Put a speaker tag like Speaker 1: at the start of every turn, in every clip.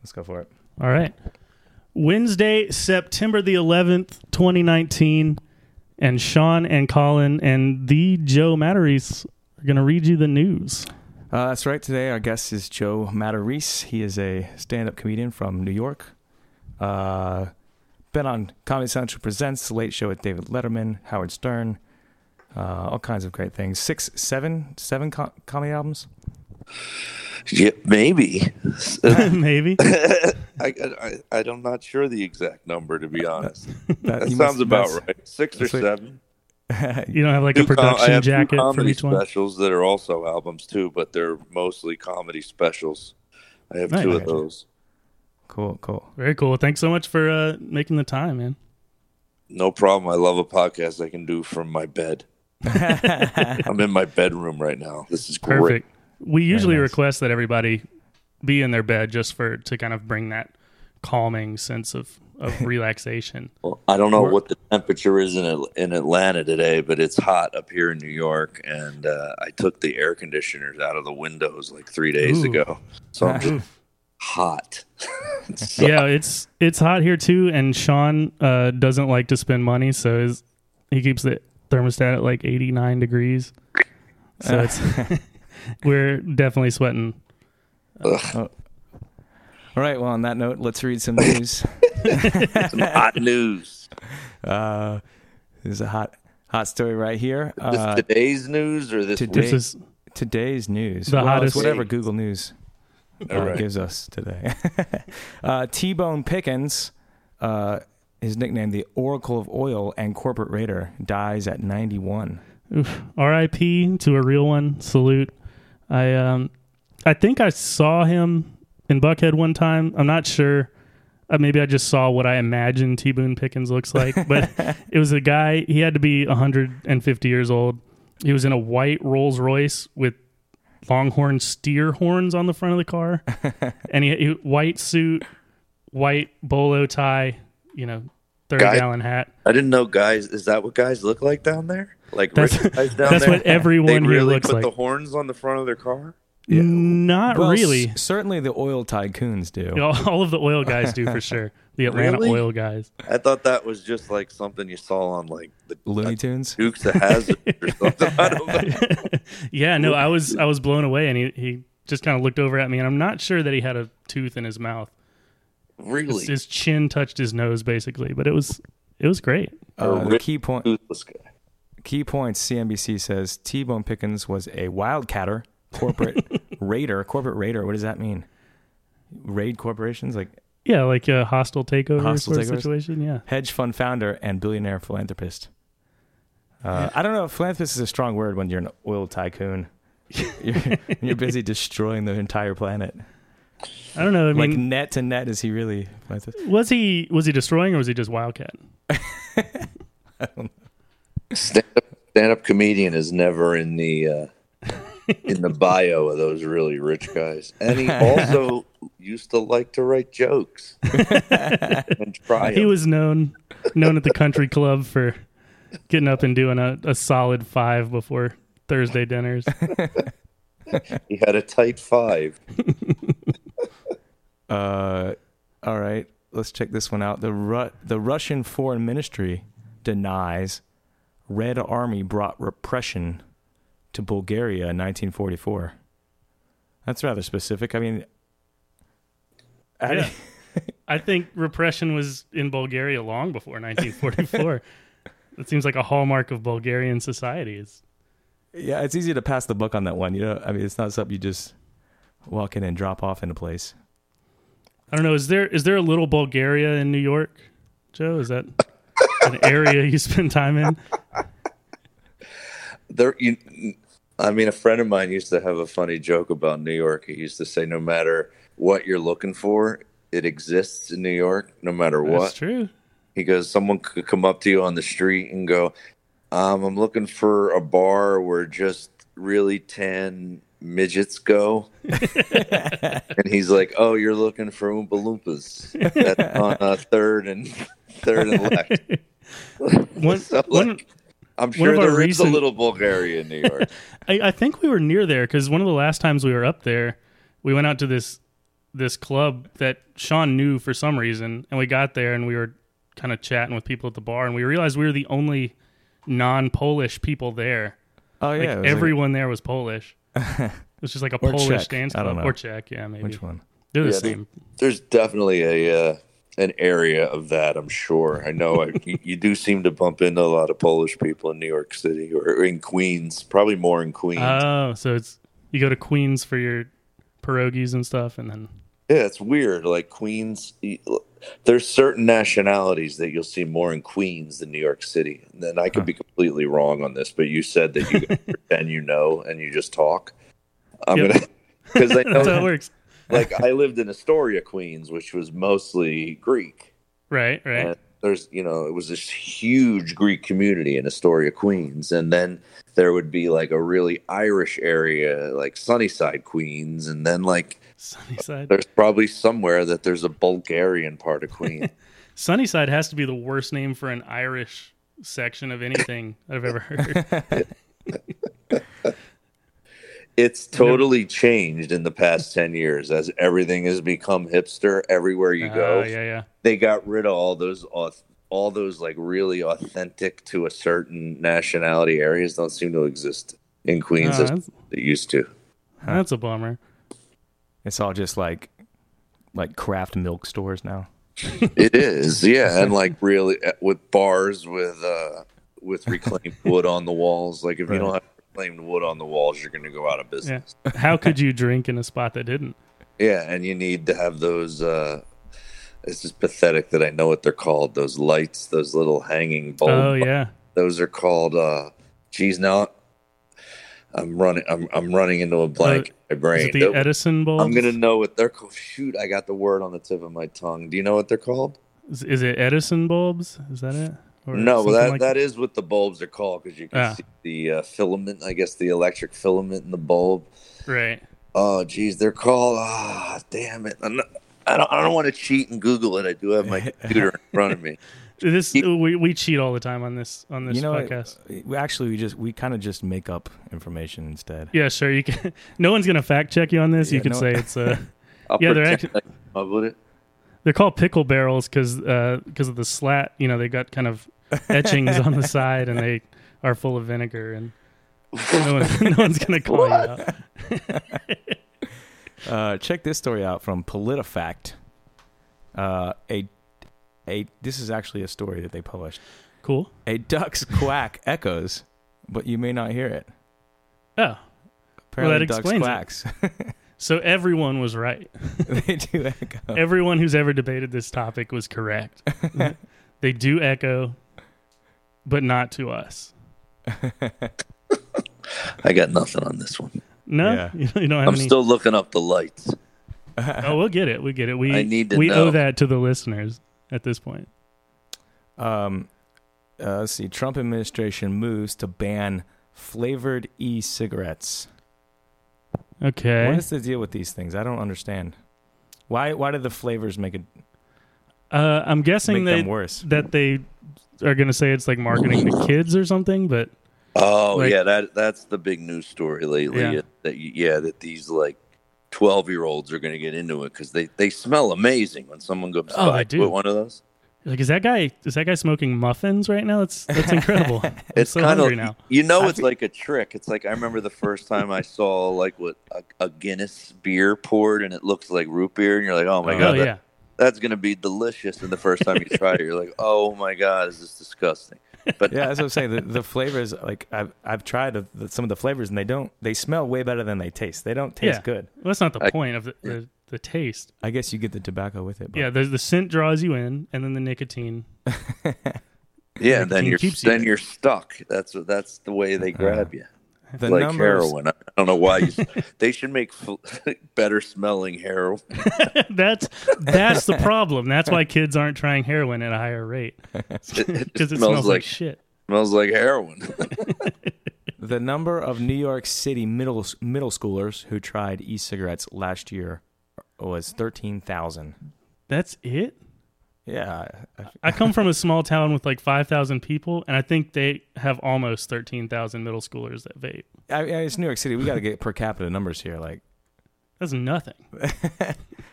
Speaker 1: Let's go for it.
Speaker 2: All right. Wednesday, September the 11th, 2019. And Sean and Colin and the Joe Matteries are going to read you the news.
Speaker 1: Uh, that's right. Today, our guest is Joe Matarese. He is a stand-up comedian from New York. Uh, been on Comedy Central Presents, The Late Show with David Letterman, Howard Stern, uh, all kinds of great things. Six, seven, seven co- comedy albums.
Speaker 3: Yeah, maybe.
Speaker 2: Maybe.
Speaker 3: I, I, I, am not sure the exact number, to be honest.
Speaker 1: That,
Speaker 3: That
Speaker 1: you
Speaker 3: sounds
Speaker 1: must-
Speaker 3: about
Speaker 1: that's-
Speaker 3: right. Six or
Speaker 1: that's what-
Speaker 3: seven.
Speaker 2: You don't have like a
Speaker 3: Two com-
Speaker 2: production
Speaker 3: I have two
Speaker 2: jacket for
Speaker 3: comedy
Speaker 2: each one.
Speaker 3: specials that are also albums too, but they're mostly comedy specials. I have
Speaker 2: Nice.
Speaker 3: two of those.
Speaker 1: Cool, cool.
Speaker 2: Very cool. Thanks so much for uh, making the time, man.
Speaker 3: No problem. I love a podcast I can do from my bed. I'm in my bedroom right now. This is great.
Speaker 2: Perfect. We usually
Speaker 1: nice.
Speaker 2: request that everybody be in their bed just for to kind of bring that calming sense of of relaxation.
Speaker 3: Well, I don't know what the temperature is in Atl- in Atlanta today, but it's hot up here in New York, and uh, I took the air conditioners out of the windows like three days
Speaker 2: Ooh.
Speaker 3: ago, so I'm just hot. So-
Speaker 2: yeah, it's it's hot here too, and Sean uh, doesn't like to spend money, so his, he keeps the thermostat at like eighty nine degrees. So it's we're definitely sweating.
Speaker 1: Oh. All right. Well, on that note, let's read some news.
Speaker 3: Some hot news.
Speaker 1: uh, this is a hot, hot story right here.
Speaker 3: This
Speaker 1: Uh,
Speaker 3: today's news or this
Speaker 1: today-
Speaker 2: This
Speaker 3: week?
Speaker 2: is
Speaker 1: today's news.
Speaker 2: The
Speaker 1: well, It's
Speaker 2: hottest-
Speaker 1: whatever Google News uh,
Speaker 3: All right.
Speaker 1: gives us today. uh, T Bone Pickens, uh, his nickname, the Oracle of Oil and Corporate Raider, dies at 91.
Speaker 2: Oof. R.I.P. to a real one. Salute. I um, I think I saw him in Buckhead one time. I'm not sure. Uh, maybe I just saw what I imagine T Boone Pickens looks like, but it was a guy. He had to be 150 years old. He was in a white Rolls Royce with Longhorn steer horns on the front of the car, and he, he white suit, white bolo tie, you know, thirty
Speaker 3: Guy-
Speaker 2: gallon hat.
Speaker 3: I didn't know guys. Is that what guys look like down there? Like
Speaker 2: That's-
Speaker 3: rich guys down
Speaker 2: that's
Speaker 3: there?
Speaker 2: what everyone
Speaker 3: they
Speaker 2: here
Speaker 3: really
Speaker 2: looks
Speaker 3: put
Speaker 2: like.
Speaker 3: the horns on the front of their car.
Speaker 2: Not
Speaker 1: Well,
Speaker 2: Oh, really.
Speaker 1: c- certainly the oil tycoons do.
Speaker 2: You know, all of the oil guys do for sure. The Atlanta
Speaker 3: Really?
Speaker 2: oil guys.
Speaker 3: I thought that was just like something you saw on like the
Speaker 1: Looney Tunes.
Speaker 3: Dukes of Hazzard or something. I don't know.
Speaker 2: Yeah, no, I was I was blown away, and he he just kind of looked over at me, and I'm not sure that he had a tooth in his mouth.
Speaker 3: Really,
Speaker 2: His chin touched his nose basically, but it was it was great.
Speaker 1: Uh, the
Speaker 3: rich
Speaker 1: key point.
Speaker 3: toothless guy.
Speaker 1: Key points CNBC says T Bone Pickens was a wildcatter, corporate raider. Corporate raider, what does that mean? Raid corporations? Like
Speaker 2: Yeah, like a hostile takeover
Speaker 1: Hostile
Speaker 2: sort of
Speaker 1: takeovers?
Speaker 2: situation. Yeah,
Speaker 1: hedge fund founder and billionaire philanthropist. Uh, I don't know. if Philanthropist is a strong word when you're an oil tycoon. You're, you're busy destroying the entire planet.
Speaker 2: I don't know. I
Speaker 1: like
Speaker 2: mean,
Speaker 1: net to net, is he really? philanthropist?
Speaker 2: was he was he destroying or was he just wildcat?
Speaker 3: Stand up, stand up comedian is never in the uh, in the bio of those really rich guys, and he also used to like to write jokes and try.
Speaker 2: He
Speaker 3: them.
Speaker 2: was known known at the country club for getting up and doing a, a solid five before Thursday dinners.
Speaker 3: He had a tight five.
Speaker 1: Uh, all right, let's check this one out. The Ru- the Russian Foreign Ministry denies Red Army brought repression to Bulgaria in 1944. That's rather specific. I mean, I-
Speaker 2: Yeah. I think repression was in Bulgaria long before 1944. that seems like a hallmark of Bulgarian society. Is
Speaker 1: Yeah, it's easy to pass the buck on that one. You know, I mean, it's not something you just walk in and drop off in a place.
Speaker 2: I don't know. Is there is there a little Bulgaria in New York, Joe? Is that an area you spend time in?
Speaker 3: There, you, I mean, a friend of mine used to have a funny joke about New York. He used to say, no matter what you're looking for, it exists in New York, no matter what.
Speaker 2: That's true.
Speaker 3: He goes, someone could come up to you on the street and go, um, I'm looking for a bar where just really tan midgets go. and he's like, Oh, you're looking for Oompa Loompas. That's on uh, third and third and left.
Speaker 2: One,
Speaker 3: So, like,
Speaker 2: one,
Speaker 3: I'm sure
Speaker 2: of our
Speaker 3: there is a
Speaker 2: recent-
Speaker 3: little Bulgaria in New York.
Speaker 2: I, I think we were near there because one of the last times we were up there, we went out to this this club that Sean knew for some reason, and we got there and we were kind of chatting with people at the bar, and we realized we were the only non-Polish people there.
Speaker 1: Oh
Speaker 2: Like
Speaker 1: yeah, it was
Speaker 2: everyone there was Polish. it was just like a
Speaker 1: Or
Speaker 2: Polish
Speaker 1: Czech,
Speaker 2: dance
Speaker 1: I
Speaker 2: club
Speaker 1: don't know.
Speaker 2: or Czech, yeah, maybe.
Speaker 1: which one?
Speaker 2: They're the
Speaker 3: Yeah, they-
Speaker 2: same.
Speaker 3: There's definitely a uh, an area of that, I'm sure. I know I, you, you do seem to bump into a lot of Polish people in New York City or in Queens, probably more in Queens.
Speaker 2: Oh, so it's you go to Queens for your pierogies and stuff, and then
Speaker 3: yeah, it's weird. Like Queens, you- there's certain nationalities that you'll see more in Queens than New York City. And then I could be completely wrong on this, but you said that you guys pretend you know and you just talk. I'm
Speaker 2: Yep.
Speaker 3: gonna because I
Speaker 2: that's how it
Speaker 3: know,
Speaker 2: works.
Speaker 3: like I lived in Astoria, Queens, which was mostly Greek.
Speaker 2: Right, right.
Speaker 3: And there's, you know, it was this huge Greek community in Astoria, Queens, and then there would be like a really Irish area, like Sunnyside, Queens, and then like
Speaker 2: Sunnyside.
Speaker 3: there's probably somewhere that there's a Bulgarian part of Queens.
Speaker 2: Sunnyside has to be the worst name for an Irish section of anything I've ever heard.
Speaker 3: it's totally changed in the past ten years as everything has become hipster everywhere you go.
Speaker 2: Oh, yeah, yeah.
Speaker 3: They got rid of all those auth- all those like really authentic to a certain nationality areas don't seem to exist in Queens
Speaker 2: Oh,
Speaker 3: as
Speaker 2: that's,
Speaker 3: they used to.
Speaker 2: that's a bummer.
Speaker 1: It's all just like like craft milk stores now.
Speaker 3: It is, yeah, and like really uh, with bars with uh with reclaimed wood on the walls. Like if you don't
Speaker 1: Right.
Speaker 3: have reclaimed wood on the walls, you're going to go out of
Speaker 2: Yeah.
Speaker 3: business.
Speaker 2: How could you drink in a spot that didn't?
Speaker 3: Yeah. and you need to have those. uh It's just pathetic that I know what they're called. Those lights, those little hanging bulbs.
Speaker 2: Oh yeah.
Speaker 3: Those are called. uh Geez, now I'm running. I'm I'm running into a blank in my
Speaker 2: Uh, Is
Speaker 3: brain.
Speaker 2: it the
Speaker 3: They're-
Speaker 2: Edison bulbs?
Speaker 3: I'm gonna know what they're called. Shoot, I got the word on the tip of my tongue. Do you know what they're called?
Speaker 2: Is, is it Edison bulbs? Is that it? Or
Speaker 3: No,
Speaker 2: something
Speaker 3: well, that
Speaker 2: like-
Speaker 3: that is what the bulbs are called because you can
Speaker 2: Ah.
Speaker 3: see the uh, filament, I guess the electric filament in the bulb.
Speaker 2: right.
Speaker 3: Oh, geez, they're called. Ah, damn it! I'm not, I don't. I don't want to cheat and Google it. I do have my computer in front of me.
Speaker 2: This we, we cheat all the time on this on this
Speaker 1: you know,
Speaker 2: podcast.
Speaker 1: it- we actually we just we kind of just make up information instead.
Speaker 2: yeah, sure. You can. No one's gonna fact check you on this. you
Speaker 1: Yeah,
Speaker 2: can
Speaker 1: no-
Speaker 2: say it's uh
Speaker 3: I'll
Speaker 2: Yeah, they're
Speaker 3: pretend I came up with it.
Speaker 2: they're called pickle barrels because because of the slat. You know, they got kind of etchings on the side, and they are full of vinegar. And no, one, no one's gonna call you out.
Speaker 1: Uh, check this story out from PolitiFact. Uh, a a this is actually a story that they published.
Speaker 2: Cool.
Speaker 1: A duck's quack echoes, but you may not hear it.
Speaker 2: Oh,
Speaker 1: Apparently,
Speaker 2: that
Speaker 1: ducks
Speaker 2: explains it.
Speaker 1: quacks.
Speaker 2: so everyone was right.
Speaker 1: they do echo.
Speaker 2: Everyone who's ever debated this topic was correct. they do echo, but not to us.
Speaker 3: I got nothing on this one.
Speaker 2: No,
Speaker 1: Yeah.
Speaker 2: you don't have
Speaker 3: I'm
Speaker 2: any.
Speaker 3: still looking up the lights.
Speaker 2: oh, we'll get it. We get it. We
Speaker 3: I need to
Speaker 2: we
Speaker 3: know.
Speaker 2: owe that to the listeners at this point.
Speaker 1: Um, uh, let's see. Trump administration moves to ban flavored e-cigarettes. What
Speaker 2: Okay.
Speaker 1: is the deal with these things? I don't understand. Why why do the flavors make it
Speaker 2: Uh, I'm guessing
Speaker 1: make
Speaker 2: they
Speaker 1: them worse?
Speaker 2: that they are going to say it's like marketing to kids or something, but
Speaker 3: Oh
Speaker 2: Like-
Speaker 3: yeah, that that's the big news story lately. uh,
Speaker 2: Yeah.
Speaker 3: That you- yeah, that these like twelve year olds are going to get into it because they they smell amazing when someone goes
Speaker 2: Oh,
Speaker 3: by
Speaker 2: they do.
Speaker 3: with one of those.
Speaker 2: like, is that guy is that guy smoking muffins right now? That's that's incredible. I'm so
Speaker 3: kinda-
Speaker 2: hungry now.
Speaker 3: You know, it's like a trick. It's like I remember the first time I saw like what a, a Guinness beer poured, and it looks like root beer, and you're like, oh my
Speaker 1: Oh,
Speaker 3: god,
Speaker 2: oh
Speaker 3: that-
Speaker 2: yeah,
Speaker 3: that's gonna be delicious. And the first time you try it, you're like, oh my god, is this disgusting? But
Speaker 1: yeah, that's what I'm saying. The, the flavors, like I've I've tried the, the, some of the flavors, and they don't. They smell way better than they taste. They don't taste
Speaker 2: Yeah.
Speaker 1: good.
Speaker 2: well, that's not the
Speaker 3: I-
Speaker 2: point of the, the, the taste.
Speaker 1: I guess you get the tobacco with it. But
Speaker 2: Yeah, the the scent draws you in, and then the nicotine.
Speaker 3: yeah, and then
Speaker 2: Nicotine
Speaker 3: you're
Speaker 2: keeps you
Speaker 3: then
Speaker 2: there.
Speaker 3: you're stuck. That's what that's the way they grab you.
Speaker 1: the
Speaker 3: like
Speaker 1: numbers.
Speaker 3: heroin. I don't know why you, they should make fl- better smelling heroin.
Speaker 2: that's that's the problem. That's why kids aren't trying heroin at a higher rate
Speaker 3: It, it
Speaker 2: because
Speaker 3: just
Speaker 2: it
Speaker 3: smells, like,
Speaker 2: shit.
Speaker 3: smells like heroin.
Speaker 1: The number of New York City middle middle schoolers who tried e-cigarettes last year was thirteen thousand.
Speaker 2: That's it.
Speaker 1: Yeah, I- I-
Speaker 2: I come from a small town with like five thousand people, and I think they have almost thirteen thousand middle schoolers that vape.
Speaker 1: I, I, it's New York City. We got to get per capita numbers here. Like
Speaker 2: That's nothing.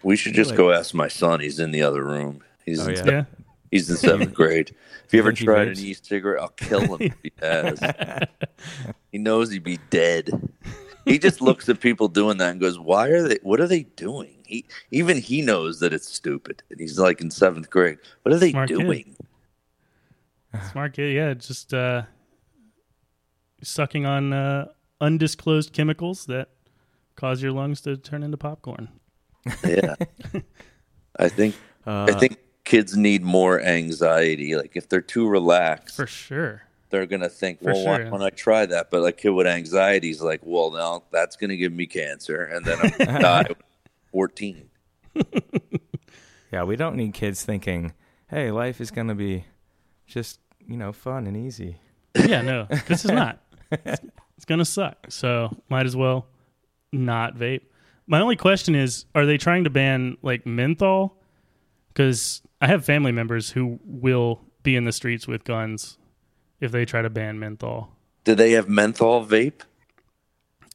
Speaker 3: We should just
Speaker 1: Really?
Speaker 3: go ask my son. He's in the other room. He's
Speaker 1: Oh,
Speaker 3: in,
Speaker 1: yeah.
Speaker 2: Yeah.
Speaker 3: he's in seventh grade. If you ever
Speaker 1: Think he
Speaker 3: tried an
Speaker 1: vapes?
Speaker 3: e-cigarette, I'll kill him if he has. he knows he'd be dead. He just looks at people doing that and goes, "Why are they? What are they doing?" He even he knows that it's stupid, and he's like in seventh grade. What are they
Speaker 2: Smart kid.
Speaker 3: doing?
Speaker 2: Smart kid. Yeah. Just uh, sucking on uh, undisclosed chemicals that cause your lungs to turn into popcorn.
Speaker 3: yeah i think i
Speaker 2: Uh,
Speaker 3: think kids need more anxiety like if they're too relaxed
Speaker 2: For sure.
Speaker 3: they're gonna think
Speaker 2: for
Speaker 3: well why
Speaker 2: sure.
Speaker 3: don't i try that but a kid with anxiety is like well now that's gonna give me cancer and then i'm gonna die at 14
Speaker 1: Yeah, we don't need kids thinking, "Hey, life is gonna be just you know fun and easy."
Speaker 2: Yeah. No, this is not. It's- it's going to suck. So might as well not vape. My only question is are they trying to ban like menthol? Because I have family members who will be in the streets with guns if they try to ban menthol.
Speaker 3: do they have menthol vape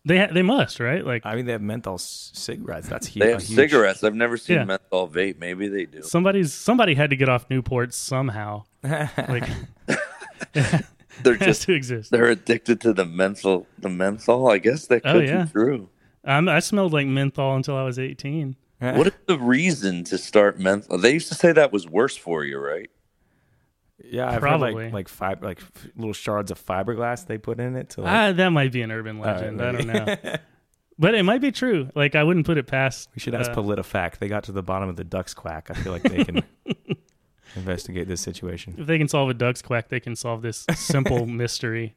Speaker 2: They ha- they must right like
Speaker 1: I mean, they have menthol c- cigarettes. That's huge.
Speaker 3: they have
Speaker 1: huge.
Speaker 3: cigarettes i've never seen
Speaker 2: Yeah.
Speaker 3: menthol vape maybe they do
Speaker 2: somebody's somebody had to get off Newport somehow. Like
Speaker 3: they're
Speaker 2: has
Speaker 3: just
Speaker 2: to exist.
Speaker 3: they're addicted to the menthol the menthol i guess that
Speaker 2: Oh,
Speaker 3: could
Speaker 2: yeah.
Speaker 3: be true
Speaker 2: I'm, I smelled like menthol until I was 18.
Speaker 3: what is the reason to start menthol they used to say that was worse for you right
Speaker 1: Yeah, I've heard
Speaker 2: Probably.
Speaker 1: like like fib- like f- little shards of fiberglass they put in it to like.
Speaker 2: Ah, that might be an urban legend. I don't know, but it might be true. Like I wouldn't put it past.
Speaker 1: we should ask
Speaker 2: uh,
Speaker 1: PolitiFact. They got to the bottom of the duck's quack. I feel like they can investigate this situation.
Speaker 2: if they can solve a duck's quack, they can solve this simple mystery.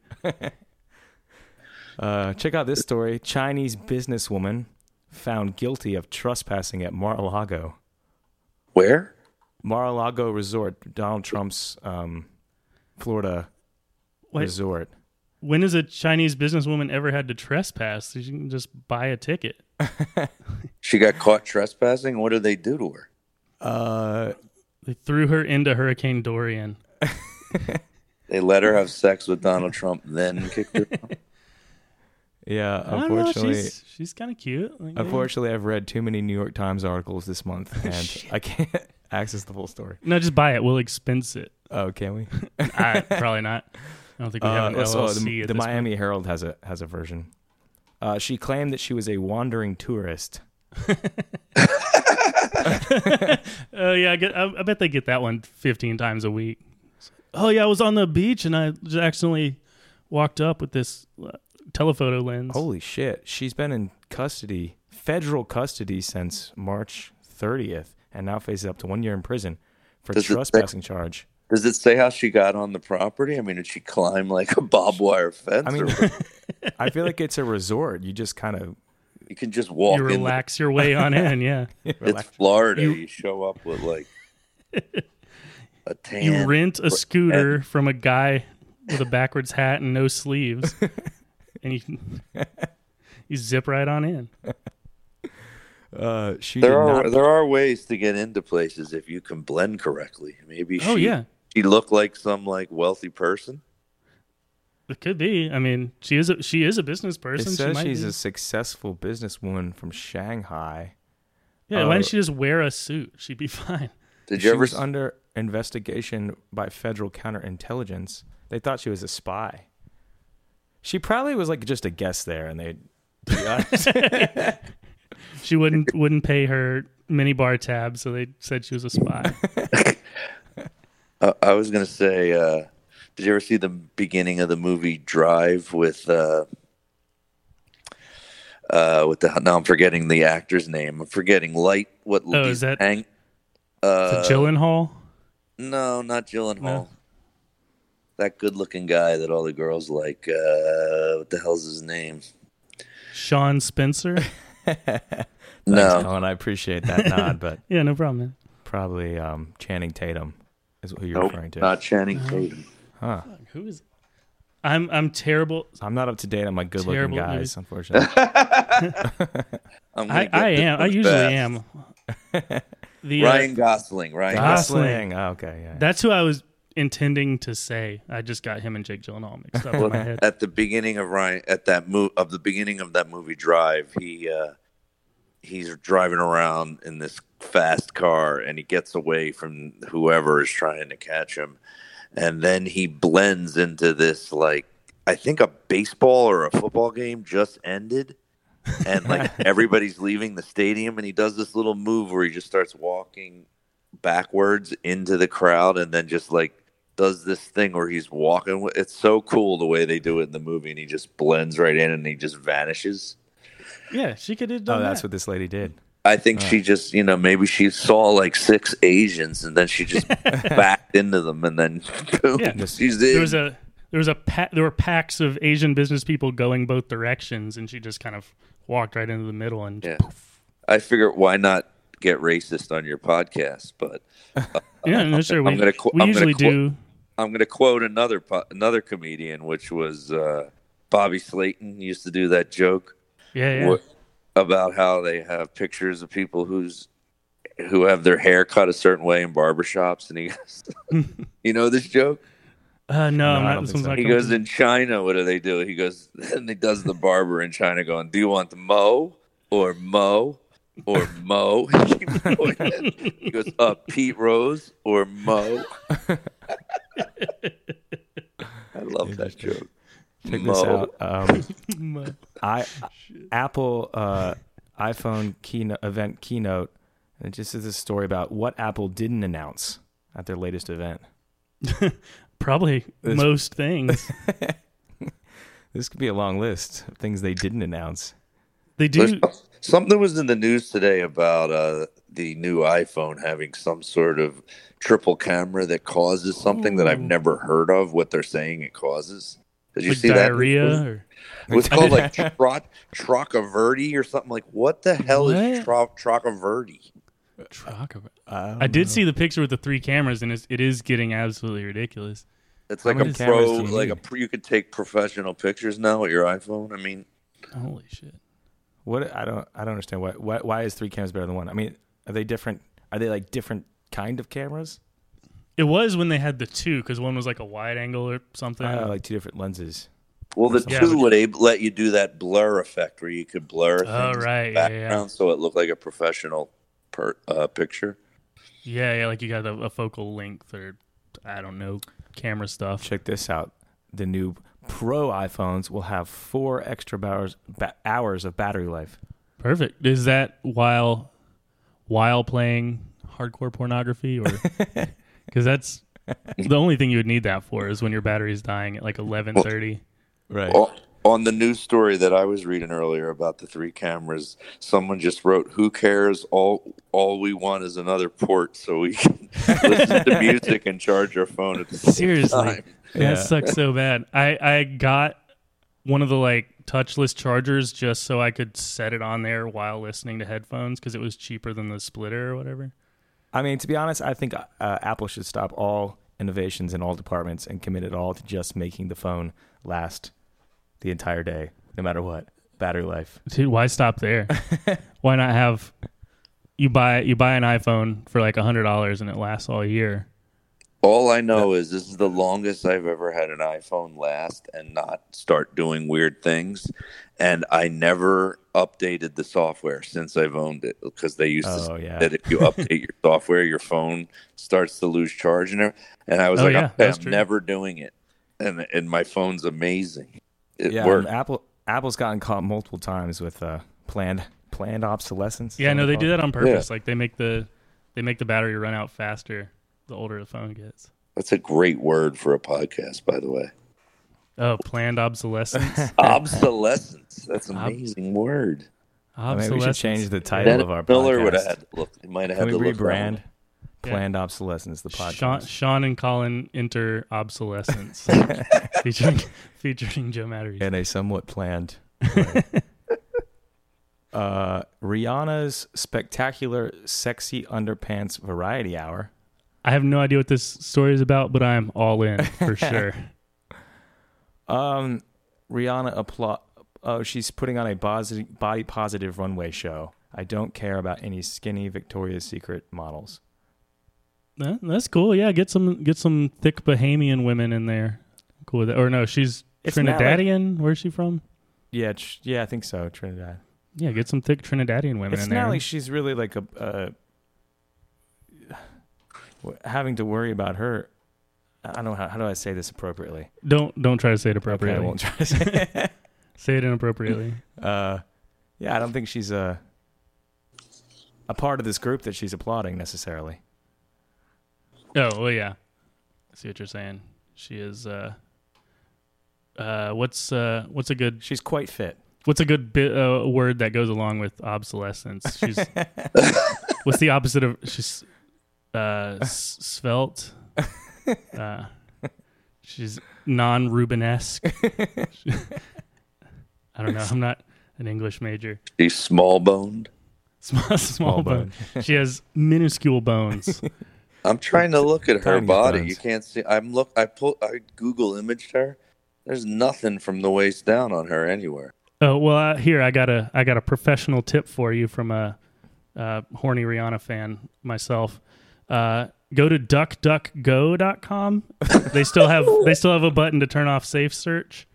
Speaker 1: Uh, check out this story: Chinese businesswoman found guilty of trespassing at Mar-a-Lago.
Speaker 3: where
Speaker 1: Mar-a-Lago Resort, Donald Trump's um, Florida
Speaker 2: Wait.
Speaker 1: resort.
Speaker 2: When has a Chinese businesswoman ever had to trespass? You can just buy a ticket.
Speaker 3: She got caught trespassing. What did they do to her?
Speaker 1: Uh,
Speaker 2: They threw her into Hurricane Dorian.
Speaker 3: They let her have sex with Donald Trump, then kicked her. out?
Speaker 1: yeah,
Speaker 2: I don't know,
Speaker 1: unfortunately.
Speaker 2: she's she's kind of cute. Like, yeah.
Speaker 1: Unfortunately, I've read too many New York Times articles this month, and I can't access the full story.
Speaker 2: No, just buy it. We'll expense it.
Speaker 1: Oh, can we?
Speaker 2: I, probably not. I don't think we have an
Speaker 1: Uh, so
Speaker 2: LLC.
Speaker 1: the
Speaker 2: at
Speaker 1: the
Speaker 2: this
Speaker 1: Miami Herald has a has a version. Uh, she claimed that she was a wandering tourist.
Speaker 2: Oh yeah, I, get, I, I bet they get that one 15 times a week. It's like, Oh yeah, I was on the beach and I just accidentally walked up with this uh, telephoto lens.
Speaker 1: Holy shit! She's been in custody, federal custody, since March 30th, and now faces up to one year in prison for
Speaker 3: Does it say-
Speaker 1: trespassing charge.
Speaker 3: Does it say how she got on the property? I mean, did she climb like a barbed wire fence?
Speaker 1: I mean,
Speaker 3: or
Speaker 1: I feel like it's a resort. You just kind of
Speaker 3: you can just walk
Speaker 2: you
Speaker 3: in. there.
Speaker 2: relax your way on in, yeah.
Speaker 3: It's Florida. You, show up with like a
Speaker 2: You
Speaker 3: tan.
Speaker 2: rent a scooter from a guy with a backwards hat and no sleeves, and you can- you zip right on in.
Speaker 1: uh, she
Speaker 3: there
Speaker 1: did
Speaker 3: are
Speaker 1: not-
Speaker 3: there are ways to get into places if you can blend correctly. Maybe.
Speaker 2: Oh
Speaker 3: she,
Speaker 2: yeah,
Speaker 3: She looked like some like wealthy person.
Speaker 2: it could be. I mean, she is a, she is a business
Speaker 1: It
Speaker 2: person. she
Speaker 1: says
Speaker 2: might
Speaker 1: she's
Speaker 2: be.
Speaker 1: a successful businesswoman from Shanghai.
Speaker 2: yeah. why
Speaker 1: uh,
Speaker 2: didn't she just wear a suit? She'd be fine.
Speaker 3: Did
Speaker 1: she
Speaker 3: you ever?
Speaker 1: was under investigation by federal counterintelligence. They thought she was a spy. She probably was like just a guest there, and they. to be honest.
Speaker 2: She wouldn't wouldn't pay her mini bar tab, so they said she was a spy.
Speaker 3: Uh, I was gonna say, uh, did you ever see the beginning of the movie Drive with uh, uh, with the now I'm forgetting the actor's name. I'm forgetting light. What
Speaker 2: Oh, is that-
Speaker 3: Hang, Uh,
Speaker 2: to Gyllenhaal.
Speaker 3: no, not Gyllenhaal.
Speaker 2: No.
Speaker 3: That good-looking guy that all the girls like. Uh, what the hell's his name?
Speaker 2: Sean Spencer.
Speaker 3: no,
Speaker 1: Colin, I appreciate that nod, but
Speaker 2: Yeah, no problem, man.
Speaker 1: probably um, Channing Tatum is who you're
Speaker 3: nope,
Speaker 1: referring to.
Speaker 3: not Channing
Speaker 2: Uh-huh.
Speaker 3: Tatum.
Speaker 2: Who is? I'm I'm terrible.
Speaker 1: I'm not up to date on my good-looking
Speaker 2: Terrible
Speaker 1: guys,
Speaker 2: news.
Speaker 1: unfortunately.
Speaker 3: I'm gonna
Speaker 2: I,
Speaker 3: get
Speaker 2: I
Speaker 3: this
Speaker 2: am. I
Speaker 3: one
Speaker 2: usually
Speaker 3: fast.
Speaker 2: am. The uh,
Speaker 3: Ryan Gosling. Ryan. Gosling.
Speaker 1: Gosling. Oh, okay, yeah.
Speaker 2: that's who I was intending to say. I just got him and Jake Gyllenhaal mixed up in my head.
Speaker 3: at the beginning of Ryan at that move of the beginning of that movie Drive, he uh, he's driving around in this fast car and he gets away from whoever is trying to catch him and then he blends into this like i think a baseball or a football game just ended and like everybody's leaving the stadium and he does this little move where he just starts walking backwards into the crowd and then just like does this thing where he's walking with- it's so cool the way they do it in the movie and he just blends right in and he just vanishes
Speaker 2: Yeah, she could have done
Speaker 1: Oh, that's
Speaker 2: that.
Speaker 1: what this lady did.
Speaker 3: I think she just, you know, maybe she saw like six Asians and then she just backed into them and then boom,
Speaker 2: Yeah.
Speaker 3: she's
Speaker 2: there
Speaker 3: in.
Speaker 2: was a there was a pa- there were packs of Asian business people going both directions, and she just kind of walked right into the middle and
Speaker 3: Yeah. I figure why not get racist on your podcast, but
Speaker 2: Yeah, no, sure. We,
Speaker 3: I'm gonna qu-
Speaker 2: we
Speaker 3: I'm gonna
Speaker 2: usually
Speaker 3: qu-
Speaker 2: do.
Speaker 3: I'm going to quote another po- another comedian, which was uh, Bobby Slayton used to do that joke
Speaker 2: Yeah, yeah.
Speaker 3: wh- about how they have pictures of people who's who have their hair cut a certain way in barbershops, and he goes, "You know this joke."
Speaker 2: Uh, no,
Speaker 1: I
Speaker 2: I'm not,
Speaker 1: don't
Speaker 2: this
Speaker 1: think
Speaker 2: one's
Speaker 1: so.
Speaker 2: not
Speaker 3: He
Speaker 2: coming
Speaker 3: goes
Speaker 2: to-
Speaker 3: in China. What do they do? He goes and he does the barber in China, going, "Do you want the mo or mo or mo?" He keeps going in. he goes, "Uh, Pete Rose or mo." I love that joke.
Speaker 1: Check this
Speaker 3: Mo.
Speaker 1: out. Um,
Speaker 2: Mm, uh,
Speaker 1: I Apple uh, iPhone keynote event keynote, and it just is a story about what Apple didn't announce at their latest event.
Speaker 2: Probably most things
Speaker 1: This could be a long list of things they didn't announce.
Speaker 2: they do.
Speaker 3: There's- Something was in the news today about uh, the new iPhone having some sort of triple camera that causes something that I've never heard of. What they're saying it causes. Did you
Speaker 2: Like
Speaker 3: see that?
Speaker 2: diarrhea, or
Speaker 3: It was called like trot, Trocaverdi or something. Like, what the hell
Speaker 2: What?
Speaker 3: is tro- Trocaverdi?
Speaker 1: Um,
Speaker 2: I did see the picture with the three cameras, and it's, it is getting absolutely ridiculous.
Speaker 3: It's like
Speaker 1: many
Speaker 3: a pro,
Speaker 1: cameras do you
Speaker 3: like a
Speaker 1: need?
Speaker 3: pro, you could take professional pictures now with your iPhone. I mean,
Speaker 2: Holy shit!
Speaker 1: what I don't I don't understand why, why why is three cameras better than one? I mean, are they different? Are they like different kind of cameras?
Speaker 2: It was when they had the two because one was like a wide angle or something.
Speaker 1: Uh, like two different lenses.
Speaker 3: well, the
Speaker 2: Yeah,
Speaker 3: two
Speaker 2: but-
Speaker 3: would ab- let you do that blur effect where you could blur
Speaker 2: Oh,
Speaker 3: things in the
Speaker 2: right, yeah, yeah, yeah.
Speaker 3: background so it looked like a professional per, uh, picture.
Speaker 2: yeah, yeah, like you got a, a focal length or I don't know camera stuff.
Speaker 1: Check this out. The new Pro iPhones will have four extra hours ba- hours of battery life.
Speaker 2: Perfect. Is that while while playing hardcore pornography or cuz that's the only thing you would need that for is when your battery's dying at like 11:30.
Speaker 1: Right.
Speaker 3: O- On the news story that I was reading earlier about the three cameras, someone just wrote, "Who cares? All all we want is another port so we can listen to music and charge our phone at the same
Speaker 2: Seriously.
Speaker 3: time."
Speaker 1: Yeah.
Speaker 2: That sucks so bad. I I got one of the like touchless chargers just so I could set it on there while listening to headphones cuz it was cheaper than the splitter or whatever.
Speaker 1: I mean, to be honest, I think uh, Apple should stop all innovations in all departments and commit it all to just making the phone last the entire day, no matter what battery life.
Speaker 2: Dude, why stop there? why not have you buy you buy an iPhone for like $100 and it lasts all year?
Speaker 3: All I know is this is the longest I've ever had an iPhone last and not start doing weird things. And I never updated the software since I've owned it because they used to
Speaker 1: Oh,
Speaker 3: say
Speaker 1: yeah.
Speaker 3: that if you update your software, your phone starts to lose charge. And, everything. and I was
Speaker 2: Oh,
Speaker 3: like,
Speaker 2: yeah,
Speaker 3: "Okay,
Speaker 2: that's
Speaker 3: I'm
Speaker 2: true.
Speaker 3: never doing it. And, and my phone's amazing. It
Speaker 1: yeah,
Speaker 3: worked.
Speaker 1: and Apple Apple's gotten caught multiple times with uh, planned planned obsolescence. is
Speaker 2: Yeah,
Speaker 1: what
Speaker 2: no, they
Speaker 1: call
Speaker 2: do
Speaker 1: it?
Speaker 2: that on purpose. Like they make the they make the battery run out faster the older the phone gets.
Speaker 3: That's a great word for a podcast, by the way.
Speaker 2: Oh, planned obsolescence.
Speaker 3: Obsolescence. That's an amazing word.
Speaker 1: I mean, we
Speaker 2: obsolescence.
Speaker 1: should change the title
Speaker 3: Dennis
Speaker 1: of our
Speaker 3: Miller would have
Speaker 1: podcast.
Speaker 3: had to look. He might have
Speaker 1: Can
Speaker 3: had
Speaker 1: we
Speaker 3: to look around.
Speaker 1: rebrand planned obsolescence the podcast?
Speaker 2: Sean, Sean and Colin enter obsolescence, featuring featuring Joe Mattery.
Speaker 1: in a somewhat planned way. uh, Rihanna's spectacular sexy underpants variety hour.
Speaker 2: I have no idea what this story is about, but I'm all in for sure.
Speaker 1: Um, Rihanna applaud. Oh, she's putting on a body, body positive runway show. I don't care about any skinny Victoria's Secret models.
Speaker 2: That- that's cool. Yeah, get some get some thick Bahamian women in there. Cool. with that. Or no, she's
Speaker 1: It's not like-
Speaker 2: Trinidadian. Where's she from?
Speaker 1: Yeah, tr- yeah, I think so. Trinidad.
Speaker 2: Yeah, get some thick Trinidadian women
Speaker 1: It's
Speaker 2: in there.
Speaker 1: not like she's really like a uh, w- having to worry about her. I don't know how, how do I say this appropriately.
Speaker 2: don't don't try to say it
Speaker 1: Okay, I
Speaker 2: appropriately.
Speaker 1: won't try to say.
Speaker 2: say it inappropriately.
Speaker 1: Uh, yeah, I don't think she's a a part of this group that she's applauding necessarily.
Speaker 2: oh, well, yeah. I see what you're saying. She is. uh uh, what's uh, what's a good
Speaker 1: She's quite fit.
Speaker 2: what's a good bit, uh, word that goes along with obsolescence? She's what's the opposite of she's uh, s- svelte. Uh, she's non Rubenesque. I don't know. I'm not an English major.
Speaker 3: She's small boned.
Speaker 2: Small, small, bone. she has minuscule bones.
Speaker 3: I'm trying to look at her
Speaker 1: Tiny
Speaker 3: body.
Speaker 1: bones.
Speaker 3: You can't see. I'm look. I pull. I Google imaged her. There's nothing from the waist down on her anywhere.
Speaker 2: oh well, uh, here I got a I got a professional tip for you from a, uh horny Rihanna fan myself. Uh, go to duckduckgo.com. They still have they still have a button to turn off safe search,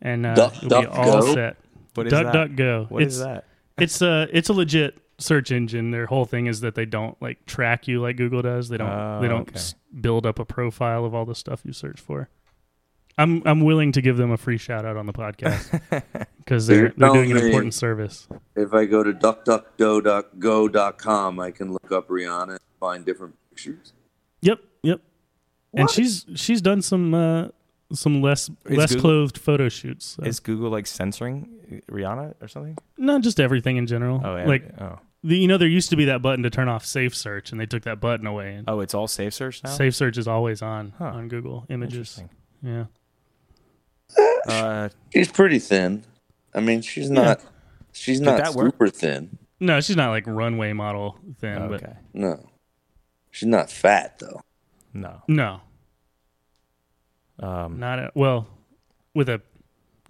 Speaker 2: and uh,
Speaker 3: Duck,
Speaker 2: you'll be
Speaker 3: duck,
Speaker 2: all
Speaker 3: go?
Speaker 2: set.
Speaker 1: What is that?
Speaker 2: DuckDuckGo.
Speaker 1: What
Speaker 2: it's,
Speaker 1: is that?
Speaker 2: It's a it's a legit search engine. Their whole thing is that they don't like track you like Google does. They don't
Speaker 1: Oh,
Speaker 2: they don't
Speaker 1: okay.
Speaker 2: s- build up a profile of all the stuff you search for. I'm I'm willing to give them a free shout out on the podcast because
Speaker 3: So you're
Speaker 2: they're they're
Speaker 3: telling
Speaker 2: doing an
Speaker 3: me-
Speaker 2: important service.
Speaker 3: If I go to duckduckgo.com, I can look up Rihanna and find different pictures.
Speaker 2: Yep, yep. And she's she's done some uh, some less
Speaker 1: Is
Speaker 2: less
Speaker 1: Google-
Speaker 2: clothed photo shoots. so-
Speaker 1: Is Google like censoring Rihanna or something?
Speaker 2: No, just everything in general.
Speaker 1: Oh, yeah.
Speaker 2: like
Speaker 1: oh,
Speaker 2: the, you know, there used to be that button to turn off safe search, and they took that button away. And
Speaker 1: oh, it's all safe search now.
Speaker 2: safe search is always on
Speaker 1: Huh.
Speaker 2: on Google Images.
Speaker 1: Interesting.
Speaker 2: Yeah.
Speaker 1: Uh,
Speaker 3: She's pretty thin. I mean, she's not. She's not
Speaker 1: that work?
Speaker 3: super thin.
Speaker 2: No, she's not like runway model thin, but
Speaker 1: okay.
Speaker 3: No, she's not fat though.
Speaker 1: No.
Speaker 2: no,
Speaker 1: Um,
Speaker 2: not at, well with a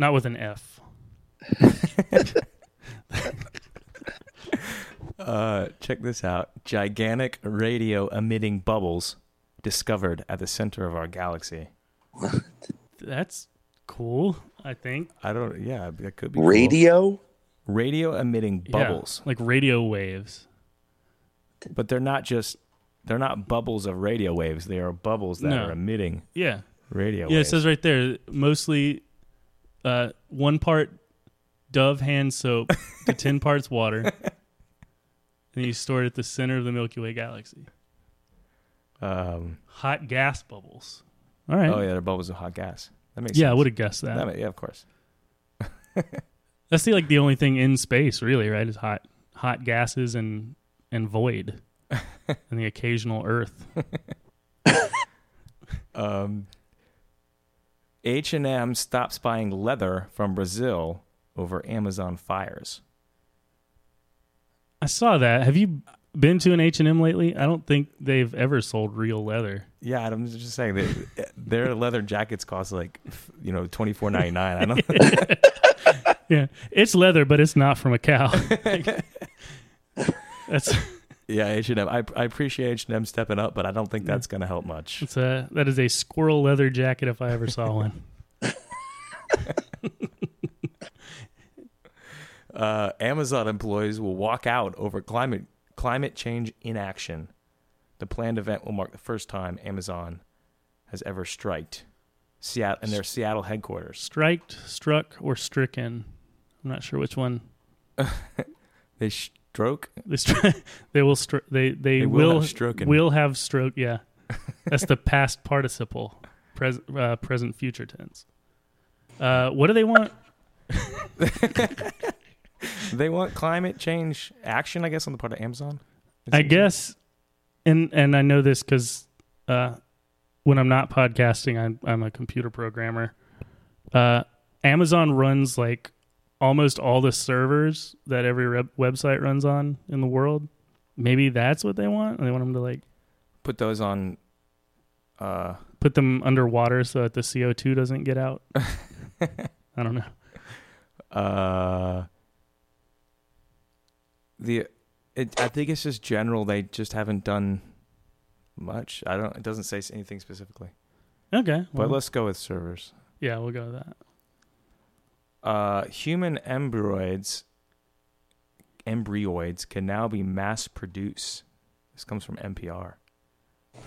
Speaker 2: not with an F.
Speaker 1: Uh, check this out. Gigantic radio emitting bubbles discovered at the center of our galaxy.
Speaker 2: That's cool. I think
Speaker 1: I don't. Yeah, that could be cool.
Speaker 3: Radio.
Speaker 1: Radio emitting
Speaker 2: Yeah,
Speaker 1: bubbles,
Speaker 2: like radio waves.
Speaker 1: but they're not just. They're not bubbles of radio waves. They are bubbles that
Speaker 2: No.
Speaker 1: are emitting
Speaker 2: Yeah,
Speaker 1: radio
Speaker 2: yeah. It
Speaker 1: waves.
Speaker 2: says right there, mostly uh, one part Dove hand soap to ten parts water, and you store it at the center of the Milky Way galaxy.
Speaker 1: um,
Speaker 2: Hot gas bubbles. All right.
Speaker 1: oh yeah, they're bubbles of hot gas. That makes
Speaker 2: yeah, I
Speaker 1: sense.
Speaker 2: would have guessed that.
Speaker 1: That ma- yeah, of course.
Speaker 2: That's the like the only thing in space, really, right? Is hot hot gases and and void, and the occasional Earth.
Speaker 1: Um, H and M stops buying leather from Brazil over Amazon fires.
Speaker 2: I saw that. Have you been to an H and M lately? I don't think they've ever sold real leather.
Speaker 1: Yeah, I'm just saying that uh, their leather jackets cost like f- you know twenty four ninety nine. I don't.
Speaker 2: Yeah, it's leather, but it's not from a cow. that's
Speaker 1: yeah, H and M. I I appreciate H and M stepping up, but I don't think that's gonna help much.
Speaker 2: that's a that is a squirrel leather jacket if I ever saw one.
Speaker 1: Uh, Amazon employees will walk out over climate climate change inaction. The planned event will mark the first time Amazon has ever striked Seattle in their Seattle headquarters.
Speaker 2: Striked, struck, or stricken. I'm not sure which one.
Speaker 1: They stroke.
Speaker 2: They stri- they will stro- they they,
Speaker 1: They will
Speaker 2: will
Speaker 1: have stroken.
Speaker 2: will have stroke. Yeah, that's the past participle, pres- uh, present future tense. Uh, what do they want?
Speaker 1: They want climate change action, I guess, on the part of Amazon. It
Speaker 2: I
Speaker 1: seems-
Speaker 2: guess, and and I know this because uh, when I'm not podcasting, I'm I'm a computer programmer. Uh, Amazon runs like almost all the servers that every re- website runs on in the world. Maybe that's what they want. They want them to like
Speaker 1: put those on. Uh,
Speaker 2: put them underwater so that the CO2 doesn't get out. I don't know.
Speaker 1: Uh, the it, I think it's just general. They just haven't done much. I don't. It doesn't say anything specifically.
Speaker 2: Okay.
Speaker 1: But
Speaker 2: well,
Speaker 1: let's go with servers.
Speaker 2: yeah, we'll go with that.
Speaker 1: Uh, human embryos embryoids can now be mass produced. This comes from NPR.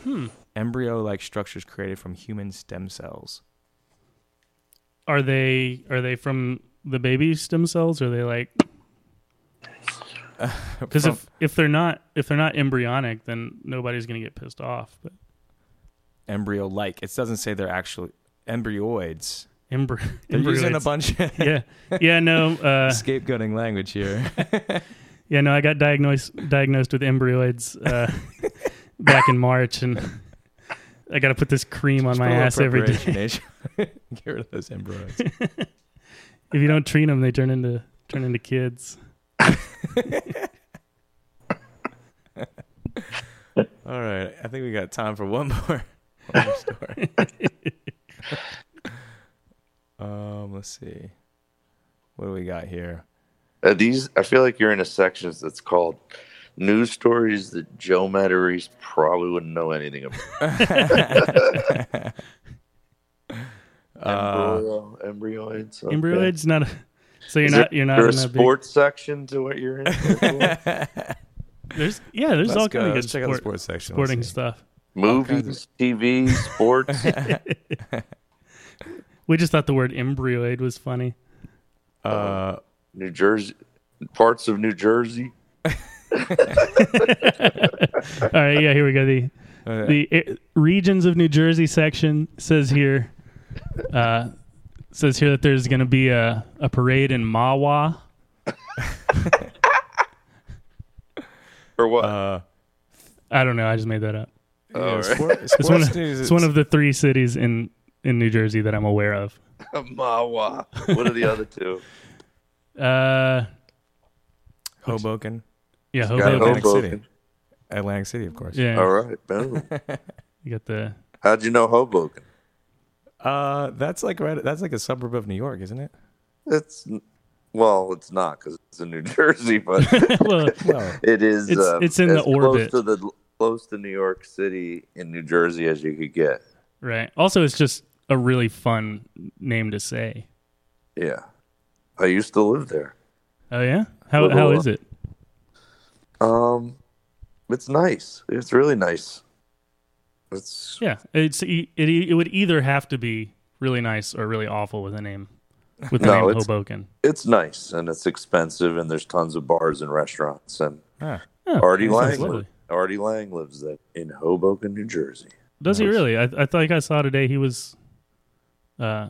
Speaker 1: Hmm. Embryo like structures created from human stem cells.
Speaker 2: Are they are they from the baby stem cells? Or are they like because
Speaker 1: From-
Speaker 2: if if they're not if they're not embryonic, then nobody's gonna get pissed off. But
Speaker 1: embryo like, it doesn't say they're actually embryoids.
Speaker 2: embry-
Speaker 1: They're using a
Speaker 2: embryoids.
Speaker 1: bunch of
Speaker 2: yeah, yeah, no, uh,
Speaker 1: scapegoating language here.
Speaker 2: yeah, no. I got diagnosed diagnosed with embryoids uh, back in March, and I got to put this cream on my
Speaker 1: Just a little
Speaker 2: ass every day.
Speaker 1: preparation, Asia. Get rid of those embryos.
Speaker 2: If you don't treat them, they turn into turn into kids.
Speaker 1: All right, I think we got time for one more, one more story. um, let's see, what do we got here?
Speaker 3: Uh, these, I feel like you're in a section that's called news stories that Joe Matarese probably wouldn't know anything about. Embryo, embryoids. okay.
Speaker 2: Embryoids not. A, so you're
Speaker 3: Is
Speaker 2: not
Speaker 3: there-
Speaker 2: you're not
Speaker 3: there
Speaker 2: in
Speaker 3: a
Speaker 2: that
Speaker 3: sports section to what you're in.
Speaker 2: big. There's yeah, there's
Speaker 1: Let's
Speaker 2: all
Speaker 1: go.
Speaker 2: kind of good
Speaker 1: Let's check out the
Speaker 2: sport-
Speaker 1: sports section. Let's
Speaker 2: sporting
Speaker 1: see.
Speaker 2: stuff.
Speaker 3: Movies, TV, sports.
Speaker 2: We just thought the word embryoid was funny.
Speaker 1: Uh,
Speaker 3: New Jersey, parts of New Jersey.
Speaker 2: All right, yeah, here we go. The
Speaker 1: uh,
Speaker 2: the uh, regions of New Jersey section says here, uh, says here that there's going to be a, a parade in Mawa.
Speaker 3: Or what?
Speaker 1: uh,
Speaker 2: I don't know. I just made that up.
Speaker 1: yeah,
Speaker 3: all Oh, right.
Speaker 1: sport-
Speaker 2: It's one
Speaker 1: sports
Speaker 2: of,
Speaker 1: news.
Speaker 2: it's one of the three cities in in New Jersey that I'm aware of.
Speaker 3: Mawa. What are the other two?
Speaker 2: Uh,
Speaker 1: Hoboken,
Speaker 2: yeah,
Speaker 3: Got
Speaker 2: Hoboken.
Speaker 1: Atlantic
Speaker 3: Hoboken.
Speaker 1: City, Atlantic City, of course.
Speaker 2: Yeah,
Speaker 3: All right. Boom.
Speaker 2: you got the
Speaker 3: How'd you know Hoboken?
Speaker 1: Uh, that's like right. That's like a suburb of New York, isn't it?
Speaker 3: It's well, it's not because it's in New Jersey, but
Speaker 2: well,
Speaker 1: Well,
Speaker 3: it is.
Speaker 2: It's-
Speaker 3: um,
Speaker 2: it's in the
Speaker 3: as
Speaker 2: orbit.
Speaker 3: close to the close to New York City in New Jersey as you could get.
Speaker 2: right. Also, it's just a really fun name to say.
Speaker 3: Yeah, I used to live there.
Speaker 2: Oh yeah, how how is it?
Speaker 3: Um, it's nice. It's really nice. It's
Speaker 2: Yeah, it's e, it, it would either have to be really nice or really awful with a name with the
Speaker 3: No,
Speaker 2: name
Speaker 3: it's-
Speaker 2: Hoboken.
Speaker 3: it's nice and it's expensive and there's tons of bars and restaurants and
Speaker 1: ah,
Speaker 2: Oh,
Speaker 3: Artie
Speaker 2: that sounds
Speaker 3: Lang.
Speaker 2: lovely.
Speaker 3: li- Artie Lang lives there in Hoboken, New Jersey.
Speaker 2: Does he really? I, I think I saw today he was. Uh,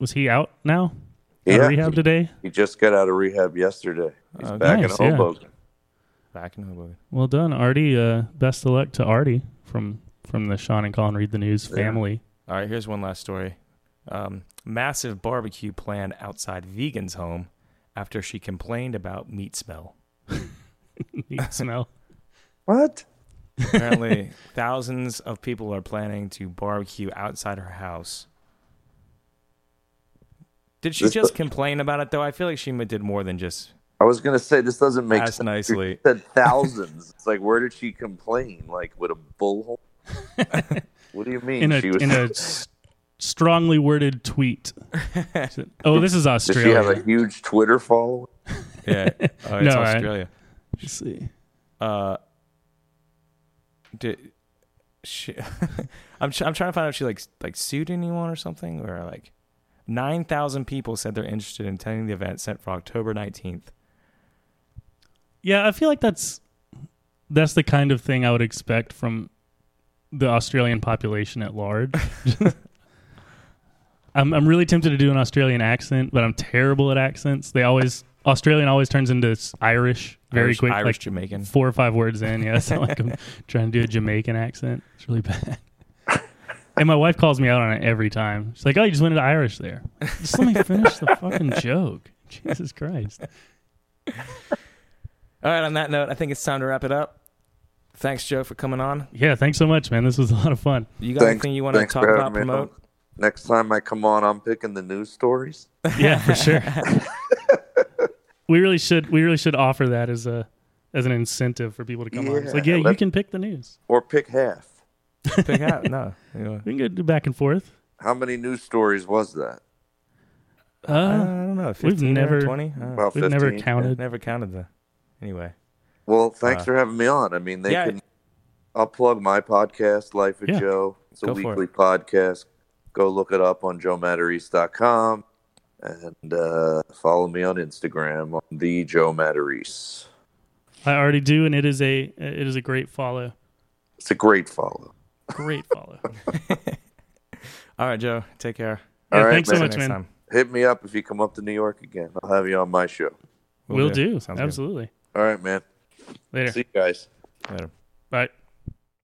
Speaker 2: was he out now? Out of
Speaker 3: Yeah.
Speaker 2: rehab today.
Speaker 3: He just got out of rehab yesterday. He's
Speaker 1: Oh,
Speaker 3: back
Speaker 2: nice,
Speaker 3: in
Speaker 2: yeah.
Speaker 3: Hoboken.
Speaker 1: back in Hoboken.
Speaker 2: Well done, Artie. Uh, best of luck to Artie from from the Sean and Colin read the news family.
Speaker 1: All right, here's one last story. Um, massive barbecue plan outside vegan's home after she complained about meat smell.
Speaker 2: Neat smell.
Speaker 3: What?
Speaker 1: Apparently, thousands of people are planning to barbecue outside her house. Did she
Speaker 3: This-
Speaker 1: just complain about it though? I feel like she did more than just
Speaker 3: I was gonna say this doesn't make
Speaker 1: ask
Speaker 3: sense.
Speaker 1: nicely.
Speaker 3: You said thousands. it's like where did she complain? Like with a bullhorn? what do you mean?
Speaker 2: in a
Speaker 3: she was.
Speaker 2: in a s- strongly worded tweet. oh, this is
Speaker 3: does she have a
Speaker 2: Australia.
Speaker 3: huge Twitter following?
Speaker 1: Yeah, oh, it's
Speaker 2: No, I-
Speaker 1: Australia.
Speaker 2: Let's see.
Speaker 1: uh did she I'm tr- I'm trying to find out if she like like sued anyone or something or like 9,000 people said they're interested in attending the event set for October 19th.
Speaker 2: Yeah, I feel like that's that's the kind of thing I would expect from the Australian population at large. I'm I'm really tempted to do an Australian accent, but I'm terrible at accents. They always Australian always turns into s- Irish very
Speaker 1: Irish,
Speaker 2: quick,
Speaker 1: Irish
Speaker 2: like
Speaker 1: Jamaican.
Speaker 2: four or five words in. Yeah, it's not like I'm trying to do a Jamaican accent. It's really bad. And my wife calls me out on it every time. She's like, "Oh, you just went into Irish there." Just let me finish the fucking joke. Jesus Christ.
Speaker 1: All right, on that note, I think it's time to wrap it up. Thanks Joe for coming on.
Speaker 2: Yeah, thanks so much, man. This was a lot of fun.
Speaker 1: You got anything you want to
Speaker 3: thanks
Speaker 1: talk
Speaker 3: for
Speaker 1: about
Speaker 3: having me on.
Speaker 1: promote?
Speaker 3: Next time I come on, I'm picking the news stories.
Speaker 2: Yeah, for sure. we really should we really should offer that as a as an incentive for people to come on. It's
Speaker 3: Yeah,
Speaker 2: like, yeah, you
Speaker 3: let's-
Speaker 2: can pick the news.
Speaker 3: Or pick half.
Speaker 1: Pick out. No. You know.
Speaker 2: We can go do back and forth.
Speaker 3: How many news stories was that?
Speaker 2: Uh,
Speaker 1: I don't know. 15
Speaker 2: we've never-
Speaker 1: twenty. Uh,
Speaker 3: About
Speaker 2: we've never
Speaker 3: 15.
Speaker 2: counted.
Speaker 1: never counted the. Anyway,
Speaker 3: Well, thanks
Speaker 1: Uh,
Speaker 3: for having me on. I mean, they
Speaker 1: yeah.
Speaker 3: can. I'll plug my podcast, Life with
Speaker 2: Yeah.
Speaker 3: Joe. It's a
Speaker 1: Go for
Speaker 3: weekly podcast. Go look it up on joematterese.com and uh, follow me on Instagram on the Joe Matterese.
Speaker 2: I already do, and it is a it is a great follow.
Speaker 3: It's a great follow.
Speaker 2: Great follow.
Speaker 1: all right, Joe. Take care.
Speaker 2: Yeah,
Speaker 3: All right,
Speaker 2: thanks so
Speaker 3: man.
Speaker 1: See you next
Speaker 2: much, man.
Speaker 1: time.
Speaker 3: Hit me up if you come up to New York again. I'll have you on my show.
Speaker 2: Will do.
Speaker 1: Sounds good.
Speaker 2: Absolutely.
Speaker 3: All right, man.
Speaker 2: Later.
Speaker 3: See you guys.
Speaker 1: Later.
Speaker 2: Bye.